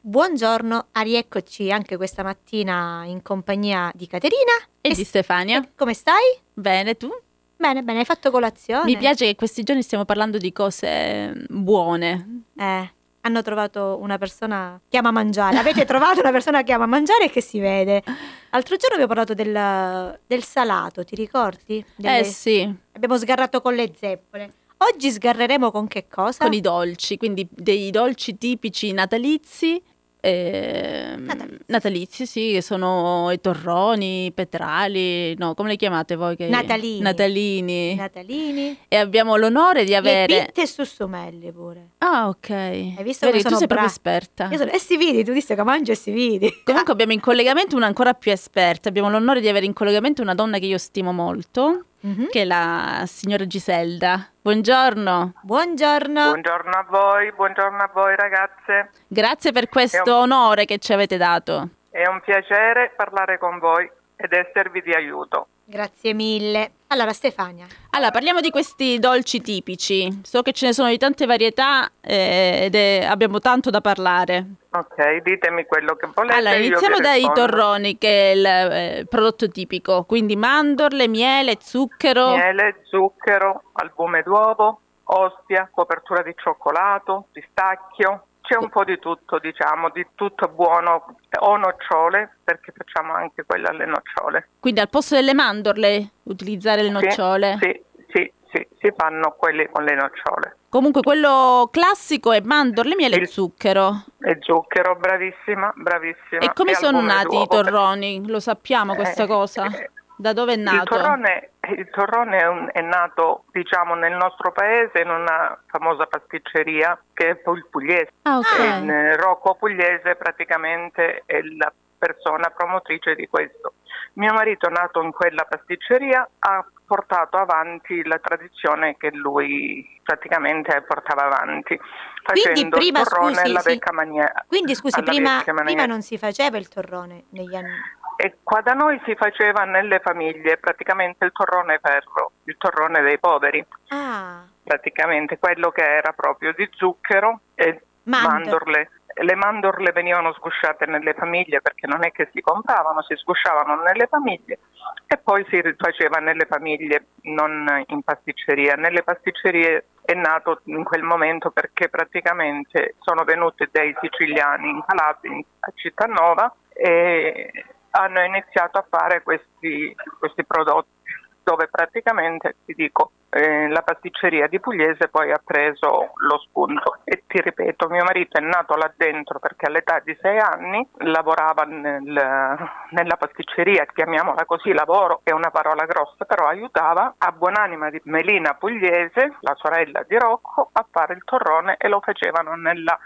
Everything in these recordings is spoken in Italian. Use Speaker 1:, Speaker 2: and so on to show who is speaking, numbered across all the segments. Speaker 1: Buongiorno, arieccoci anche questa mattina in compagnia di Caterina.
Speaker 2: E di Stefania.
Speaker 1: Come stai?
Speaker 2: Bene, tu?
Speaker 1: Bene, bene, hai fatto colazione?
Speaker 2: Mi piace che questi giorni stiamo parlando di cose mm, buone.
Speaker 1: Eh, hanno trovato una persona che ama mangiare. Avete trovato una persona che ama mangiare e che si vede. L'altro giorno abbiamo parlato del, del salato, ti ricordi? Delle-
Speaker 2: Eh sì,
Speaker 1: Abbiamo sgarrato con le zeppole. Oggi sgarreremo con che cosa?
Speaker 2: con i dolci, quindi dei dolci tipici natalizi. ehm,
Speaker 1: Natalizi.
Speaker 2: natalizi, sì, che sono i torroni, i petrali, no, come li chiamate voi? Che...
Speaker 1: Natalini.
Speaker 2: Natalini.
Speaker 1: Natalini,
Speaker 2: e abbiamo l'onore di
Speaker 1: le
Speaker 2: avere...
Speaker 1: pitte e sussumelli pure.
Speaker 2: Ah, ok.
Speaker 1: Hai visto
Speaker 2: Vedi,
Speaker 1: come sono
Speaker 2: tu sei
Speaker 1: bra-
Speaker 2: proprio esperta.
Speaker 1: Io sono, e si vedi, tu disse che mangio e si vedi.
Speaker 2: Comunque abbiamo in collegamento una ancora più esperta, abbiamo l'onore di avere in collegamento una donna che io stimo molto,
Speaker 1: Mhm.
Speaker 2: che è la signora Giselda. Buongiorno,
Speaker 1: Buongiorno.
Speaker 3: Buongiorno a voi, buongiorno a voi ragazze.
Speaker 2: grazie per questo
Speaker 3: Ciao.
Speaker 2: onore che ci avete dato.
Speaker 3: È un piacere parlare con voi ed esservi di aiuto.
Speaker 1: Grazie mille. Allora Stefania,
Speaker 2: Allora, parliamo di questi dolci tipici. So che ce ne sono di tante varietà eh, ed è- abbiamo tanto da parlare.
Speaker 3: Ok, ditemi quello che volete.
Speaker 2: Allora,
Speaker 3: io vi
Speaker 2: iniziamo dai
Speaker 3: rispondo.
Speaker 2: torroni, che è il eh, prodotto tipico, quindi mandorle, miele, zucchero.
Speaker 3: Miele, zucchero, albume d'uovo, ostia, copertura di cioccolato, pistacchio. C'è un po' di tutto, diciamo, di tutto buono o nocciole, perché facciamo anche quelle alle nocciole.
Speaker 2: Quindi al posto delle mandorle utilizzare le
Speaker 3: Sì,
Speaker 2: nocciole.
Speaker 3: Sì, sì, sì, si fanno quelli con le nocciole.
Speaker 2: Comunque quello classico è mandorle, miele e
Speaker 3: Il-
Speaker 2: zucchero.
Speaker 3: E zucchero, bravissima, bravissima.
Speaker 2: E come sono
Speaker 3: albume
Speaker 2: nati i
Speaker 3: d'uovo, perché-
Speaker 2: torroni? Lo sappiamo questa
Speaker 3: Eh,
Speaker 2: cosa?
Speaker 3: eh,
Speaker 2: Da dove è nato?
Speaker 3: Il torrone, il torrone è, un- è nato diciamo, nel nostro paese in una famosa pasticceria che è il pugliese.
Speaker 2: Ah, ok.
Speaker 3: In, eh, Rocco Pugliese praticamente è la persona promotrice di questo. Mio marito nato in quella pasticceria ha portato avanti la tradizione che lui praticamente portava avanti
Speaker 1: Quindi
Speaker 3: facendo
Speaker 1: prima,
Speaker 3: il torrone
Speaker 1: scusi,
Speaker 3: alla
Speaker 1: sì.
Speaker 3: vecchia maniera.
Speaker 1: quindi scusi,
Speaker 3: alla
Speaker 1: prima,
Speaker 3: vecchia maniera.
Speaker 1: prima non si faceva il torrone negli anni.
Speaker 3: E qua da noi si faceva nelle famiglie praticamente il torrone ferro, il torrone dei poveri,
Speaker 1: Ah,
Speaker 3: praticamente quello che era proprio di zucchero e
Speaker 1: mandorle.
Speaker 3: mandorle. Le mandorle venivano sgusciate nelle famiglie perché non è che si compravano, si sgusciavano nelle famiglie e poi si rifaceva nelle famiglie, non in pasticceria. Nelle pasticcerie è nato in quel momento perché praticamente sono venuti dei siciliani in Calabria, in- a Cittanova e hanno iniziato a fare questi, questi prodotti dove praticamente ti dico eh, la pasticceria di Pugliese poi ha preso lo spunto e ti ripeto mio marito è nato là dentro perché all'età di sei anni lavorava nel- nella pasticceria chiamiamola così lavoro è una parola grossa però aiutava a buonanima di Melina Pugliese la sorella di Rocco a fare il torrone e lo facevano nella-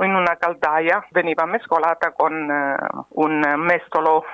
Speaker 3: in una caldaia veniva mescolata con eh, un mestolo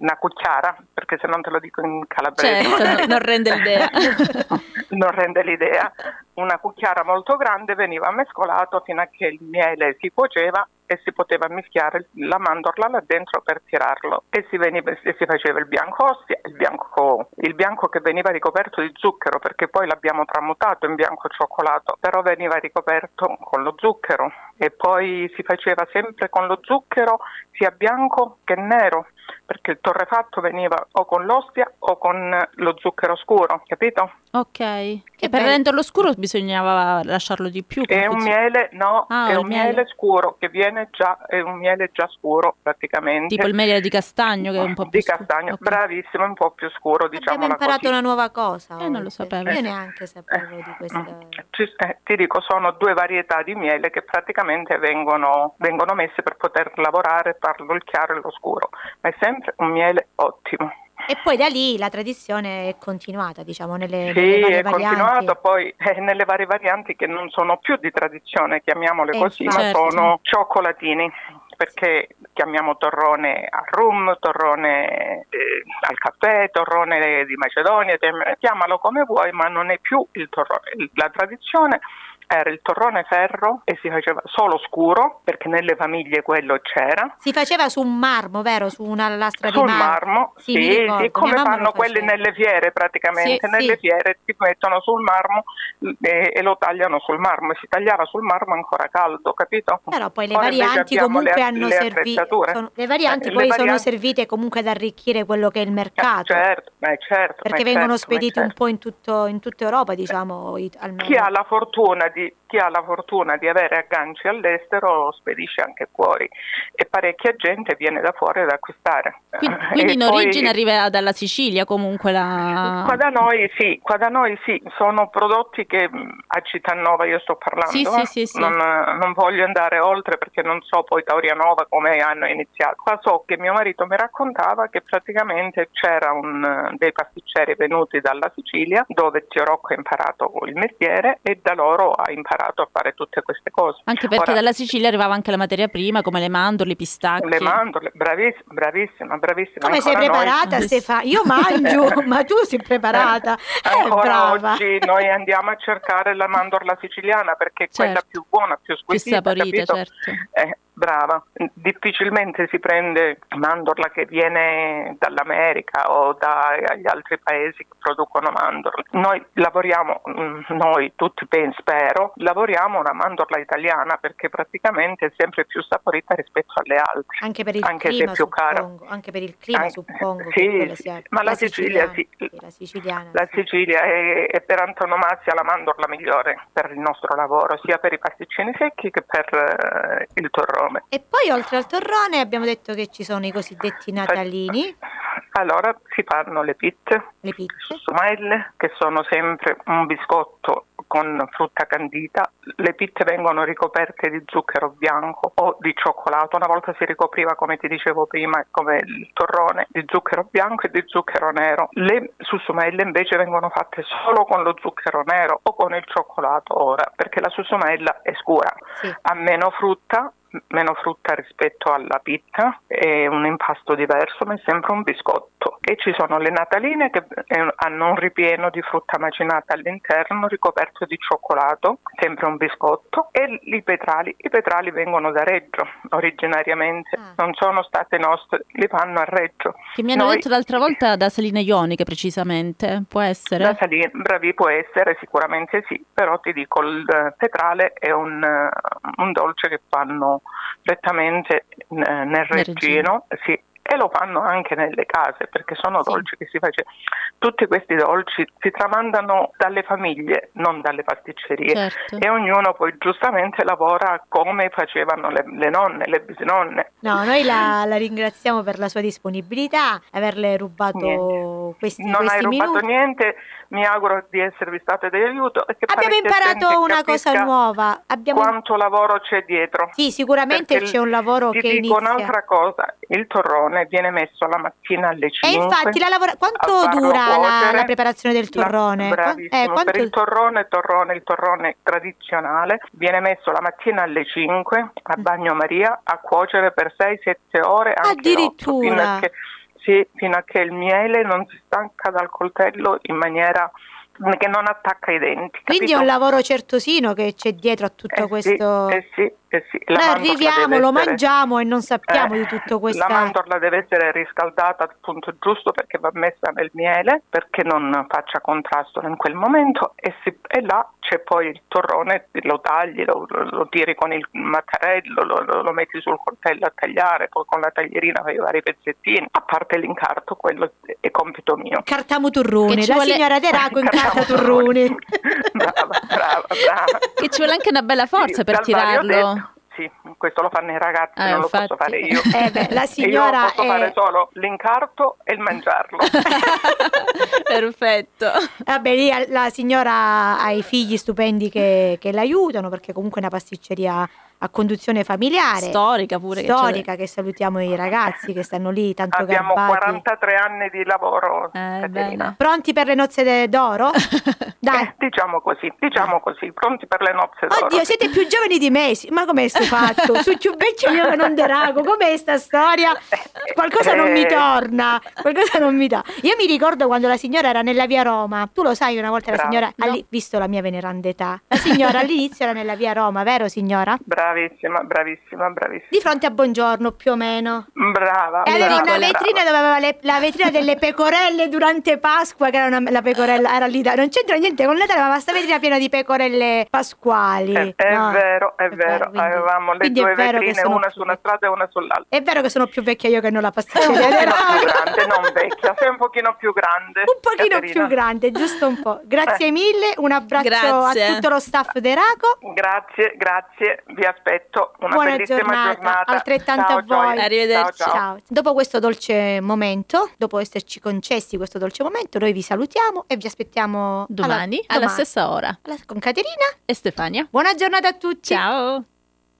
Speaker 3: una cucchiara perché se non te lo dico in calabrese
Speaker 2: Certo, no- non rende l'idea.
Speaker 3: non rende l'idea. Una cucchiara molto grande veniva mescolato fino a che il miele si cuoceva e si poteva mischiare la mandorla là dentro per tirarlo e si, veniva- e si faceva il bianco ostia, il bianco, il bianco che veniva ricoperto di zucchero perché poi l'abbiamo tramutato in bianco cioccolato, però veniva ricoperto con lo zucchero e poi si faceva sempre con lo zucchero sia bianco che nero perché il torrefatto veniva o con l'ostia o con lo zucchero scuro, capito?
Speaker 2: ok. E per
Speaker 1: bello.
Speaker 2: renderlo scuro bisognava lasciarlo di più.
Speaker 3: È un
Speaker 2: confezionato.
Speaker 3: miele, no,
Speaker 2: Ah,
Speaker 3: è
Speaker 2: il
Speaker 3: un miele.
Speaker 2: miele.
Speaker 3: scuro che viene già, è un miele già scuro praticamente.
Speaker 2: Tipo il miele di castagno che è un po' più
Speaker 3: Di
Speaker 2: scuro.
Speaker 3: castagno,
Speaker 2: Ok.
Speaker 3: bravissimo, un po' più scuro diciamo. Eh.
Speaker 1: Abbiamo imparato una nuova cosa.
Speaker 2: Eh, non lo
Speaker 1: oggi.
Speaker 2: sapevo.
Speaker 1: Io neanche sapevo di
Speaker 3: Mm.
Speaker 1: questa.
Speaker 3: ti dico, sono due varietà di miele che praticamente vengono, vengono messe per poter lavorare, farlo il chiaro e lo scuro, ma è sempre un miele ottimo.
Speaker 1: E poi da lì la tradizione è continuata, diciamo, nelle, nelle
Speaker 3: Sì,
Speaker 1: varie
Speaker 3: è
Speaker 1: varianti.
Speaker 3: continuato poi eh, nelle varie varianti che non sono più di tradizione, chiamiamole
Speaker 1: Eh,
Speaker 3: così,
Speaker 2: infatti.
Speaker 3: ma
Speaker 2: Certo.
Speaker 3: sono cioccolatini perché chiamiamo torrone al rum, torrone eh, al caffè, torrone di Macedonia, tem- chiamalo come vuoi, ma non è più il torrone. Il- La tradizione era il torrone ferro e si faceva solo scuro perché nelle famiglie quello c'era.
Speaker 1: Si faceva su un marmo, vero? Su una lastra
Speaker 3: Sul
Speaker 1: di marmo.
Speaker 3: marmo,
Speaker 1: Sì,
Speaker 3: sì,
Speaker 1: mi
Speaker 3: sì,
Speaker 1: ricordo,
Speaker 3: come
Speaker 1: mia mamma lo
Speaker 3: fanno quelli
Speaker 1: faceva.
Speaker 3: nelle fiere praticamente,
Speaker 1: Sì,
Speaker 3: nelle
Speaker 1: sì.
Speaker 3: fiere si mettono sul marmo eh, e lo tagliano sul marmo e si tagliava sul marmo ancora caldo, capito? Eh,
Speaker 1: Però poi le
Speaker 3: Ora invece
Speaker 1: varianti
Speaker 3: abbiamo le
Speaker 1: comunque
Speaker 3: a-
Speaker 1: hanno
Speaker 3: le
Speaker 1: servito.
Speaker 3: attrezzature.
Speaker 1: le varianti
Speaker 3: Eh, le
Speaker 1: poi sono
Speaker 3: varianti-
Speaker 1: servite comunque ad arricchire quello che è il
Speaker 3: Eh,
Speaker 1: mercato.
Speaker 3: certo, eh, certo,
Speaker 1: perché
Speaker 3: eh,
Speaker 1: vengono
Speaker 3: certo, eh,
Speaker 1: spedite un
Speaker 3: certo.
Speaker 1: po' in, tutto, in tutta Europa, diciamo, i- almeno.
Speaker 3: Chi ha, la fortuna di, chi ha la fortuna di avere agganci all'estero lo spedisce anche fuori e parecchia gente viene da fuori ad acquistare.
Speaker 2: Quindi,
Speaker 3: Eh,
Speaker 2: quindi
Speaker 3: e
Speaker 2: in
Speaker 3: poi-
Speaker 2: origine arriverà dalla Sicilia comunque la...
Speaker 3: Qua da, noi sì, qua da noi sì, sono prodotti che mh, a Cittanova io sto parlando,
Speaker 2: Sì, sì,
Speaker 3: eh,
Speaker 2: sì, sì.
Speaker 3: Non, non voglio andare oltre perché non so poi Taurianova come hanno iniziato, qua so che mio marito mi raccontava che praticamente c'era un, eh, dei pasticceri venuti dalla Sicilia dove zio Rocco ha imparato il mestiere e da loro ha imparato a fare tutte queste cose.
Speaker 2: Anche perché
Speaker 3: Ora-
Speaker 2: dalla Sicilia arrivava anche la materia prima come le mandorle, i pistacchi.
Speaker 3: Le mandorle, braviss- bravissima, bravissima.
Speaker 1: Come sei
Speaker 3: ancora noi-
Speaker 1: preparata,
Speaker 2: Sì.
Speaker 1: Stefano? Io mangio, ma tu sei preparata. Eh,
Speaker 3: Ancora
Speaker 1: brava.
Speaker 3: oggi noi andiamo a cercare la mandorla siciliana perché è quella
Speaker 2: Certo.
Speaker 3: più buona, più
Speaker 2: più
Speaker 3: squisita,
Speaker 2: saporita,
Speaker 3: capito?
Speaker 2: certo.
Speaker 3: Eh, brava. Difficilmente si prende mandorla che viene dall'America o dagli altri paesi che producono mandorle. Noi lavoriamo, mm, noi tutti ben spero, lavoriamo una mandorla italiana perché praticamente è sempre più saporita rispetto alle altre.
Speaker 1: Anche per il
Speaker 3: anche se
Speaker 1: clima,
Speaker 3: è più cara.
Speaker 1: suppongo. Anche per il clima,
Speaker 3: Anche-
Speaker 1: suppongo.
Speaker 3: sì,
Speaker 1: che quella
Speaker 3: sì,
Speaker 1: sia-
Speaker 3: ma la Sicilia,
Speaker 1: siciliana,
Speaker 3: sì.
Speaker 1: la siciliana.
Speaker 3: La
Speaker 1: sì.
Speaker 3: Sicilia è, è per antonomasia la mandorla migliore per il nostro lavoro, sia per i pasticcini secchi che per eh, il torrone.
Speaker 1: E poi oltre al torrone abbiamo detto che ci sono i
Speaker 3: Eh,
Speaker 1: cosiddetti natalini,
Speaker 3: Allora si fanno le pitte,
Speaker 1: le pizze.
Speaker 3: sumelle, che sono sempre un biscotto con frutta candita. Le pitte vengono ricoperte di zucchero bianco o di cioccolato. Una volta si ricopriva, come ti dicevo prima, come il torrone, di zucchero bianco e di zucchero nero. Le susumelle invece vengono fatte solo con lo zucchero nero o con il cioccolato ora, perché la susumella è scura
Speaker 1: Sì.
Speaker 3: ha meno frutta, m- meno frutta rispetto alla pizza, è un impasto diverso, mi sembra un biscotto. E ci sono le nataline che eh, hanno un ripieno di frutta macinata all'interno ricoperto di cioccolato, sempre un biscotto, e i petrali, i petrali vengono da Reggio originariamente,
Speaker 1: Ah.
Speaker 3: non sono state nostre, li fanno a Reggio.
Speaker 2: Che mi hanno
Speaker 3: Noi-
Speaker 2: detto l'altra volta da saline ioniche precisamente, può essere?
Speaker 3: La salina, bravi può essere, sicuramente sì, però ti dico, il eh, petrale è un, eh, un dolce che fanno prettamente eh, nel
Speaker 2: Reggino.
Speaker 3: Reggino, sì, e lo fanno anche nelle case, perché sono
Speaker 2: Sì.
Speaker 3: dolci che si facevano. Tutti questi dolci si tramandano dalle famiglie, non dalle pasticcerie.
Speaker 2: Certo.
Speaker 3: E ognuno poi giustamente lavora come facevano le, le nonne, le bisnonne.
Speaker 1: No, noi la, la ringraziamo per la sua disponibilità, averle rubato
Speaker 3: Niente.
Speaker 1: questi,
Speaker 3: non
Speaker 1: questi
Speaker 3: hai rubato
Speaker 1: minuti.
Speaker 3: niente, mi auguro di esservi state di aiuto. e che
Speaker 1: Abbiamo
Speaker 3: parecchia
Speaker 1: imparato
Speaker 3: gente
Speaker 1: una
Speaker 3: capisca
Speaker 1: cosa nuova. Abbiamo...
Speaker 3: Quanto lavoro c'è dietro?
Speaker 1: Sì, sicuramente
Speaker 3: Perché
Speaker 1: c'è un lavoro
Speaker 3: Ti
Speaker 1: che
Speaker 3: dico
Speaker 1: inizia.
Speaker 3: un'altra cosa, il torrone viene messo la mattina alle 5.
Speaker 1: E infatti la lavora-
Speaker 3: a
Speaker 1: quanto
Speaker 3: farlo
Speaker 1: dura la,
Speaker 3: cuocere.
Speaker 1: la preparazione del
Speaker 3: La-
Speaker 1: torrone? Qua-
Speaker 3: bravissimo,
Speaker 1: eh, quanto-
Speaker 3: per il torrone, torrone, il torrone tradizionale viene messo la mattina alle 5 a
Speaker 1: Mm.
Speaker 3: bagnomaria a cuocere per 6-7 ore anche otto, fino
Speaker 1: Addirittura.
Speaker 3: a che- sì, fino a che il miele non si stanca dal coltello in maniera che non attacca i denti.
Speaker 1: Quindi è un
Speaker 3: capito?
Speaker 1: lavoro certosino che c'è dietro a tutto
Speaker 3: Eh sì,
Speaker 1: questo.
Speaker 3: eh sì, eh sì, la
Speaker 1: Noi
Speaker 3: mandorla
Speaker 1: arriviamo,
Speaker 3: deve
Speaker 1: lo
Speaker 3: essere-
Speaker 1: mangiamo e non sappiamo
Speaker 3: eh,
Speaker 1: di tutto questo.
Speaker 3: La mandorla deve essere riscaldata al punto giusto perché va messa nel miele, perché non faccia contrasto in quel momento e, si- e là c'è poi il torrone, lo tagli, lo, lo tiri con il mattarello, lo, lo- lo metti sul coltello a tagliare, poi con la taglierina fai i vari pezzettini. A parte l'incarto, quello è compito mio.
Speaker 1: Cartamo Turrone,
Speaker 2: Che ci
Speaker 1: la
Speaker 2: vuole-
Speaker 1: signora Deraco in carta Turrone.
Speaker 3: brava, brava, brava.
Speaker 2: Che ci vuole anche una bella forza
Speaker 3: Sì,
Speaker 2: per
Speaker 3: dal vario
Speaker 2: tirarlo.
Speaker 3: detto. Sì, questo lo fanno i ragazzi,
Speaker 2: Eh,
Speaker 3: non
Speaker 2: infatti.
Speaker 3: lo posso fare io.
Speaker 1: Eh beh, la signora
Speaker 3: io posso
Speaker 1: è-
Speaker 3: fare solo l'incarto e il mangiarlo.
Speaker 2: Perfetto.
Speaker 1: Vabbè, lì al- la signora ha i figli stupendi che, che l'aiutano perché comunque è una pasticceria a conduzione familiare.
Speaker 2: Storica pure. che c'è da-
Speaker 1: storica, che salutiamo i ragazzi che stanno lì tanto
Speaker 3: Abbiamo
Speaker 1: garbati.
Speaker 3: 43 anni di lavoro,
Speaker 2: Eh,
Speaker 3: Caterina.
Speaker 2: bene.
Speaker 1: Pronti per le nozze de- d'oro? Dai.
Speaker 3: Eh, diciamo così, diciamo così, pronti per le nozze d'oro.
Speaker 1: Oddio, siete più giovani di me, sì. ma com'è sto fatto? Su più vecchio io che non derago, com'è sta storia? Qualcosa non mi
Speaker 3: Eh.
Speaker 1: torna, qualcosa non mi dà. Io mi ricordo quando la signora era nella via Roma, tu lo sai una volta la
Speaker 3: Bravo.
Speaker 1: signora,
Speaker 2: No.
Speaker 1: alli- visto la mia veneranda età, la signora all'inizio era nella via Roma, vero signora?
Speaker 3: Bravissima, bravissima, bravissima.
Speaker 1: Di fronte a Buongiorno più o meno.
Speaker 3: Brava.
Speaker 1: E aveva
Speaker 3: brava,
Speaker 1: una
Speaker 3: brava.
Speaker 1: vetrina dove aveva le- la vetrina delle pecorelle durante Pasqua, che era una- la pecorella, era lì, da- non c'entra niente con Natale, ma aveva sta vetrina piena di pecorelle pasquali.
Speaker 3: Eh, È,
Speaker 1: No,
Speaker 3: vero, è, vero,
Speaker 1: quindi-
Speaker 3: avevamo le
Speaker 1: quindi è
Speaker 3: due
Speaker 1: vero che
Speaker 3: vetrine,
Speaker 1: sono
Speaker 3: una
Speaker 1: più
Speaker 3: su una
Speaker 1: vecchia.
Speaker 3: strada e una sull'altra.
Speaker 1: È vero che sono più vecchia io che non la
Speaker 3: Sei un
Speaker 1: pasticceria.
Speaker 3: pochino
Speaker 1: era-
Speaker 3: più grande, non vecchia, sei un pochino più grande.
Speaker 1: Un pochino
Speaker 3: Caterina. Eh.
Speaker 1: più grande, giusto un po'. Grazie mille, un abbraccio a
Speaker 2: Grazie.
Speaker 1: tutto lo staff d'Eraco.
Speaker 3: Grazie, grazie, vi aspetto. Una
Speaker 1: Buona
Speaker 3: bellissima
Speaker 1: giornata,
Speaker 3: giornata.
Speaker 1: altrettanto
Speaker 3: Ciao,
Speaker 1: a voi.
Speaker 3: Gioia.
Speaker 2: Arrivederci.
Speaker 3: Ciao, ciao.
Speaker 1: Dopo questo dolce momento, dopo esserci concessi questo dolce momento, noi vi salutiamo e vi aspettiamo alla-
Speaker 2: Domani, alla
Speaker 1: domani.
Speaker 2: stessa ora.
Speaker 1: Alla- con Caterina.
Speaker 2: E Stefania.
Speaker 1: Buona giornata a tutti.
Speaker 2: Ciao.